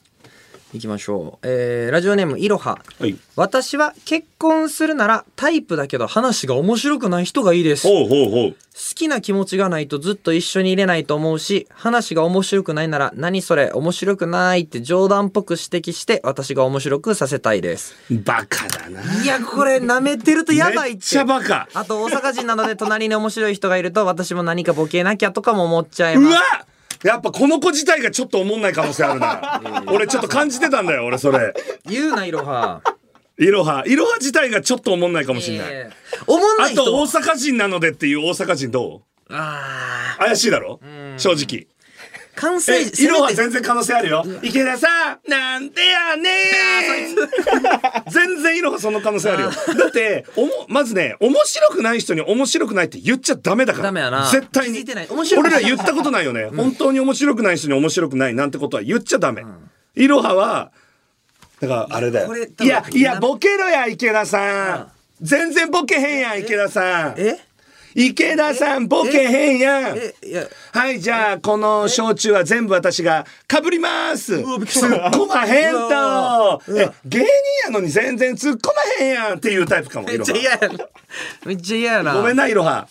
Speaker 4: いきましょう、えーラジオネームいろは
Speaker 2: はい
Speaker 4: 私は結婚するならタイプだけど話が面白くない人がいいです好
Speaker 2: ほうほうほう
Speaker 4: きな気持ちがないとずっと一緒にいれないと思うし話が面白くないなら何それ面白くないって冗談っぽく指摘して私が面白くさせたいです
Speaker 2: バカだない
Speaker 4: やこれ舐めてるとやばいって
Speaker 2: めっちゃバカ
Speaker 4: あと大阪人なので隣に面白い人がいると私も何かボケなきゃとかも思っちゃいうます
Speaker 2: わやっぱこの子自体がちょっと思んない可能性あるな俺ちょっと感じてたんだよ俺それ
Speaker 4: 言うないろは
Speaker 2: いろはいろは自体がちょっと思んないかもしれない、
Speaker 4: えーおもんな
Speaker 2: あ
Speaker 4: い人
Speaker 2: と大阪人なのでっていう大阪人どう
Speaker 4: あ
Speaker 2: 怪しいだろ正直
Speaker 4: ー関
Speaker 2: え
Speaker 4: 西人
Speaker 2: 色は
Speaker 4: せめ
Speaker 2: 全然可能性あるよ池田さんなんでやね [laughs] ん全然色はその可能性あるよだっておもまずね面白くない人に面白くないって言っちゃダメだから
Speaker 4: ダメやな
Speaker 2: 絶対
Speaker 4: 気づ
Speaker 2: に
Speaker 4: いてない面白く
Speaker 2: 俺
Speaker 4: ない
Speaker 2: ら言ったことないよね、本当に面白くない人に面白くないなんてことは言っちゃダメ、いろははだからあれだよ
Speaker 4: これ多分
Speaker 2: いやいやボケろや池田さん、全然ボケへんやん池田さん
Speaker 4: て
Speaker 2: 池田さんボケへんやん
Speaker 4: ええいや
Speaker 2: はいじゃあこの焼酎は全部私がかぶります突
Speaker 4: わび
Speaker 2: っ
Speaker 4: っくりした
Speaker 2: 込まへん
Speaker 4: うわ
Speaker 2: とえ芸人やのに全然突っ込まへんやんっていうタイプかも
Speaker 4: め
Speaker 2: い
Speaker 4: っ
Speaker 2: ろ
Speaker 4: ちゃ
Speaker 2: は
Speaker 4: 嫌やなめっちゃ嫌やな
Speaker 2: ごめんないろは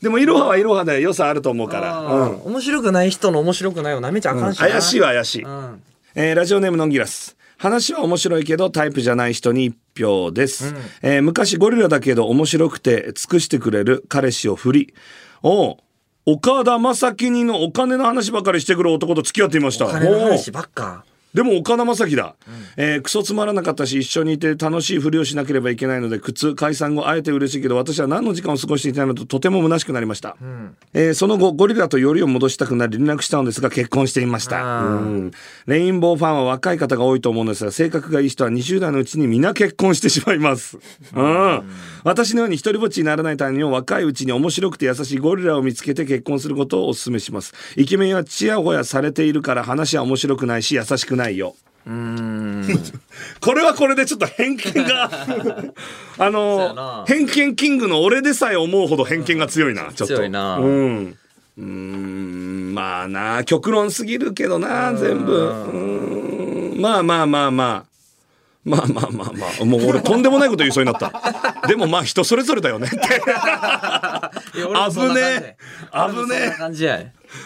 Speaker 2: でもいろははいろはで良さあると思うから
Speaker 4: あー
Speaker 2: うん
Speaker 4: 面白くない人の面白くないをなめちゃあかんしな、
Speaker 2: 怪しいは怪しい
Speaker 4: うん
Speaker 2: えーラジオネームのんぎらす話は面白いけどタイプじゃない人に一票です、えー昔ゴリラだけど面白くて尽くしてくれる彼氏を振りおう岡田将生にのお金の話ばかりしてくる男と付き合っていました
Speaker 4: お金の
Speaker 2: おう
Speaker 4: 話ばっか
Speaker 2: でも岡田将生だ、えークソつまらなかったし一緒にいて楽しいふりをしなければいけないので苦痛解散後あえて嬉しいけど私は何の時間を過ごしていたのととても虚しくなりました、えーその後ゴリラとよりを戻したくなり連絡したのですが結婚していましたうんレインボーファンは若い方が多いと思うのですが性格がいい人は20代のうちに皆結婚してしまいます、うん、私のように一人ぼっちにならないためにも若いうちに面白くて優しいゴリラを見つけて結婚することをお勧めしますイケメンはちやほやされているから話は面白くないし優しくないよ [laughs] これはこれでちょっと偏見
Speaker 4: [laughs]
Speaker 2: があ
Speaker 4: そうや
Speaker 2: の
Speaker 4: な
Speaker 2: 偏見キングの俺でさえ思うほど偏見が強いなちょっと
Speaker 4: 強いな
Speaker 2: うんうーんまあな極論すぎるけどな全部うーんまあまあまあまあまあまあまあまあもう俺とんでもないこと言いそうになったでもまあ人それぞれだよね
Speaker 4: [laughs]
Speaker 2: って
Speaker 4: いや俺もそんな感
Speaker 2: 危
Speaker 4: じや
Speaker 2: ねえ
Speaker 4: 俺もそんな感じや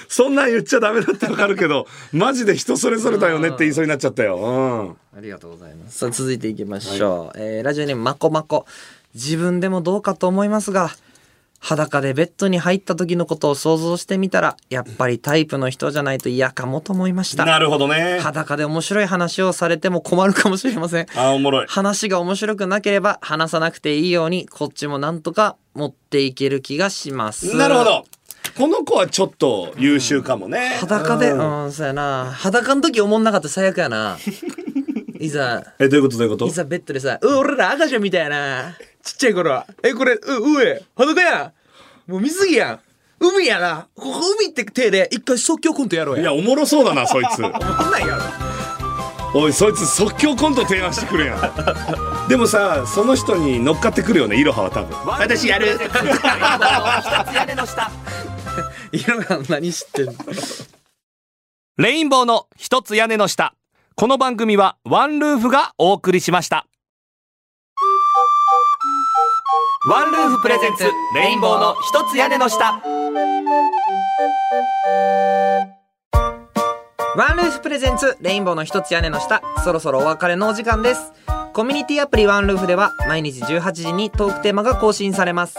Speaker 2: そんなん言っちゃダメだってわかるけどマジで人それぞれだよねって言いそうになっちゃったよ、うん、
Speaker 4: ありがとうございます。さあ続いていきましょう。えーラジオネームまこまこ。自分でもどうかと思いますが、裸でベッドに入った時のことを想像してみたら、やっぱりタイプの人じゃないと嫌かもと思いました。
Speaker 2: なるほどね
Speaker 4: 裸で面白い話をされても困るかもしれません。
Speaker 2: あおもろい
Speaker 4: 話が面白くなければ話さなくていいように、こっちもなんとか持っていける気がします。
Speaker 2: なるほ。どこの子はちょっと優秀かもね、
Speaker 4: 裸で、うん、そうやな。裸の時思んなかったら最悪
Speaker 2: [laughs]
Speaker 4: やな。いざ、
Speaker 2: えどういうことどういうこと
Speaker 4: いざベッドでさ、う俺ら赤ちゃんみたいな。ちっちゃい頃は。え、これ、う、うえ、裸やん。もう水着やん。海やな。ここ海って手で一回即興コントやろう
Speaker 2: い
Speaker 4: や。
Speaker 2: やおもろそうだなそいつ
Speaker 4: こんなんやろ。
Speaker 2: おいそいつ即興コント提案してくるやん [laughs] でもさその人に乗っかってくるよねいろはは多分私やる
Speaker 6: 一つ屋根の下
Speaker 4: 色が何知ってんの
Speaker 7: レインボーの一つ屋根の下。この番組はワンルーフがお送りしました。ワンルーフプレゼンツ、レインボーの一つ屋根の下。
Speaker 4: ワンルーフプレゼンツレインボーの一つ屋根の下そろそろお別れのお時間ですコミュニティアプリワンルーフでは毎日18時にトークテーマが更新されます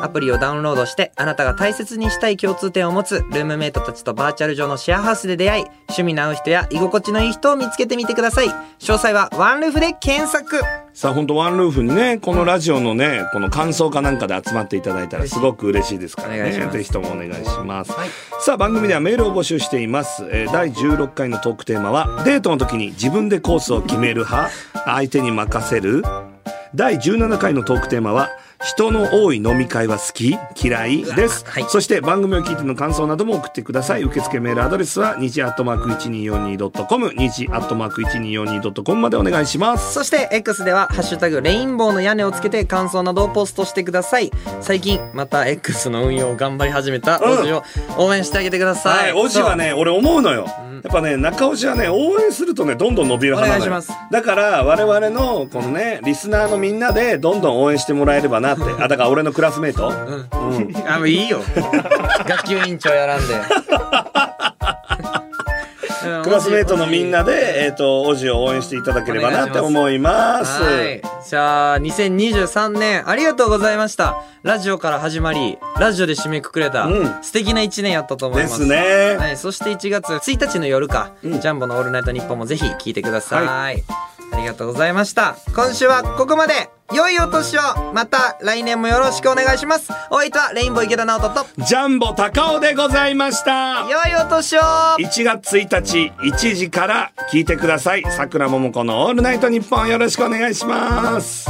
Speaker 4: アプリをダウンロードしてあなたが大切にしたい共通点を持つルームメイトたちとバーチャル上のシェアハウスで出会い趣味の合う人や居心地のいい人を見つけてみてください詳細はワンルーフで検索
Speaker 2: さあ本当ワンルーフにねこのラジオのねこの感想かなんかで集まっていただいたらすごく嬉しいですから
Speaker 4: お願いし
Speaker 2: ね
Speaker 4: ます
Speaker 2: ぜひともお願いします、さあ番組ではメールを募集しています、えー第16回のトークテーマはデートの時に自分でコースを決める派相手に任せる第17回のトークテーマは人の多い飲み会は好き嫌いです、
Speaker 4: はい
Speaker 2: そして番組を聞いての感想なども送ってください受付メールアドレスは日アットマーク 1242.com 日アットマーク 1242.com までお願いします
Speaker 4: そして X では「ハッシュタグレインボーの屋根」をつけて感想などをポストしてください最近また X の運用を頑張り始めた
Speaker 2: うん
Speaker 4: おじを応援してあげてください、
Speaker 2: おじはね俺思うのよ、やっぱね中おじはね応援するとねどんどん伸びる派なのよ
Speaker 4: お願いしま
Speaker 2: だから我々のこのねリスナーのみんなでどんどん応援してもらえればなってあだから俺のクラスメイト、うん、
Speaker 4: あもういいよ [laughs] 学級委員長やらんで
Speaker 2: クラスメイトのみんなで、えっとおじを応援していただければなって思います
Speaker 4: はい。じゃあ、2023年ありがとうございました。ラジオから始まり、ラジオで締めくくれた、
Speaker 2: うん
Speaker 4: 素敵な1年やったと思い
Speaker 2: で
Speaker 4: ます。
Speaker 2: すね、
Speaker 4: はい。そして1月1日の夜か、
Speaker 2: うん
Speaker 4: ジャンボのオールナイトニッポンもぜひ聞いてください。ありがとうございました。今週はここまで。良いお年を。また来年もよろしくお願いします。お相手はレインボー池田直人と、
Speaker 2: ジャンボ高尾でございました
Speaker 4: 良いお年を。
Speaker 2: 1月1日1時から聞いてください桜桃子のオールナイトニッポンよろしくお願いします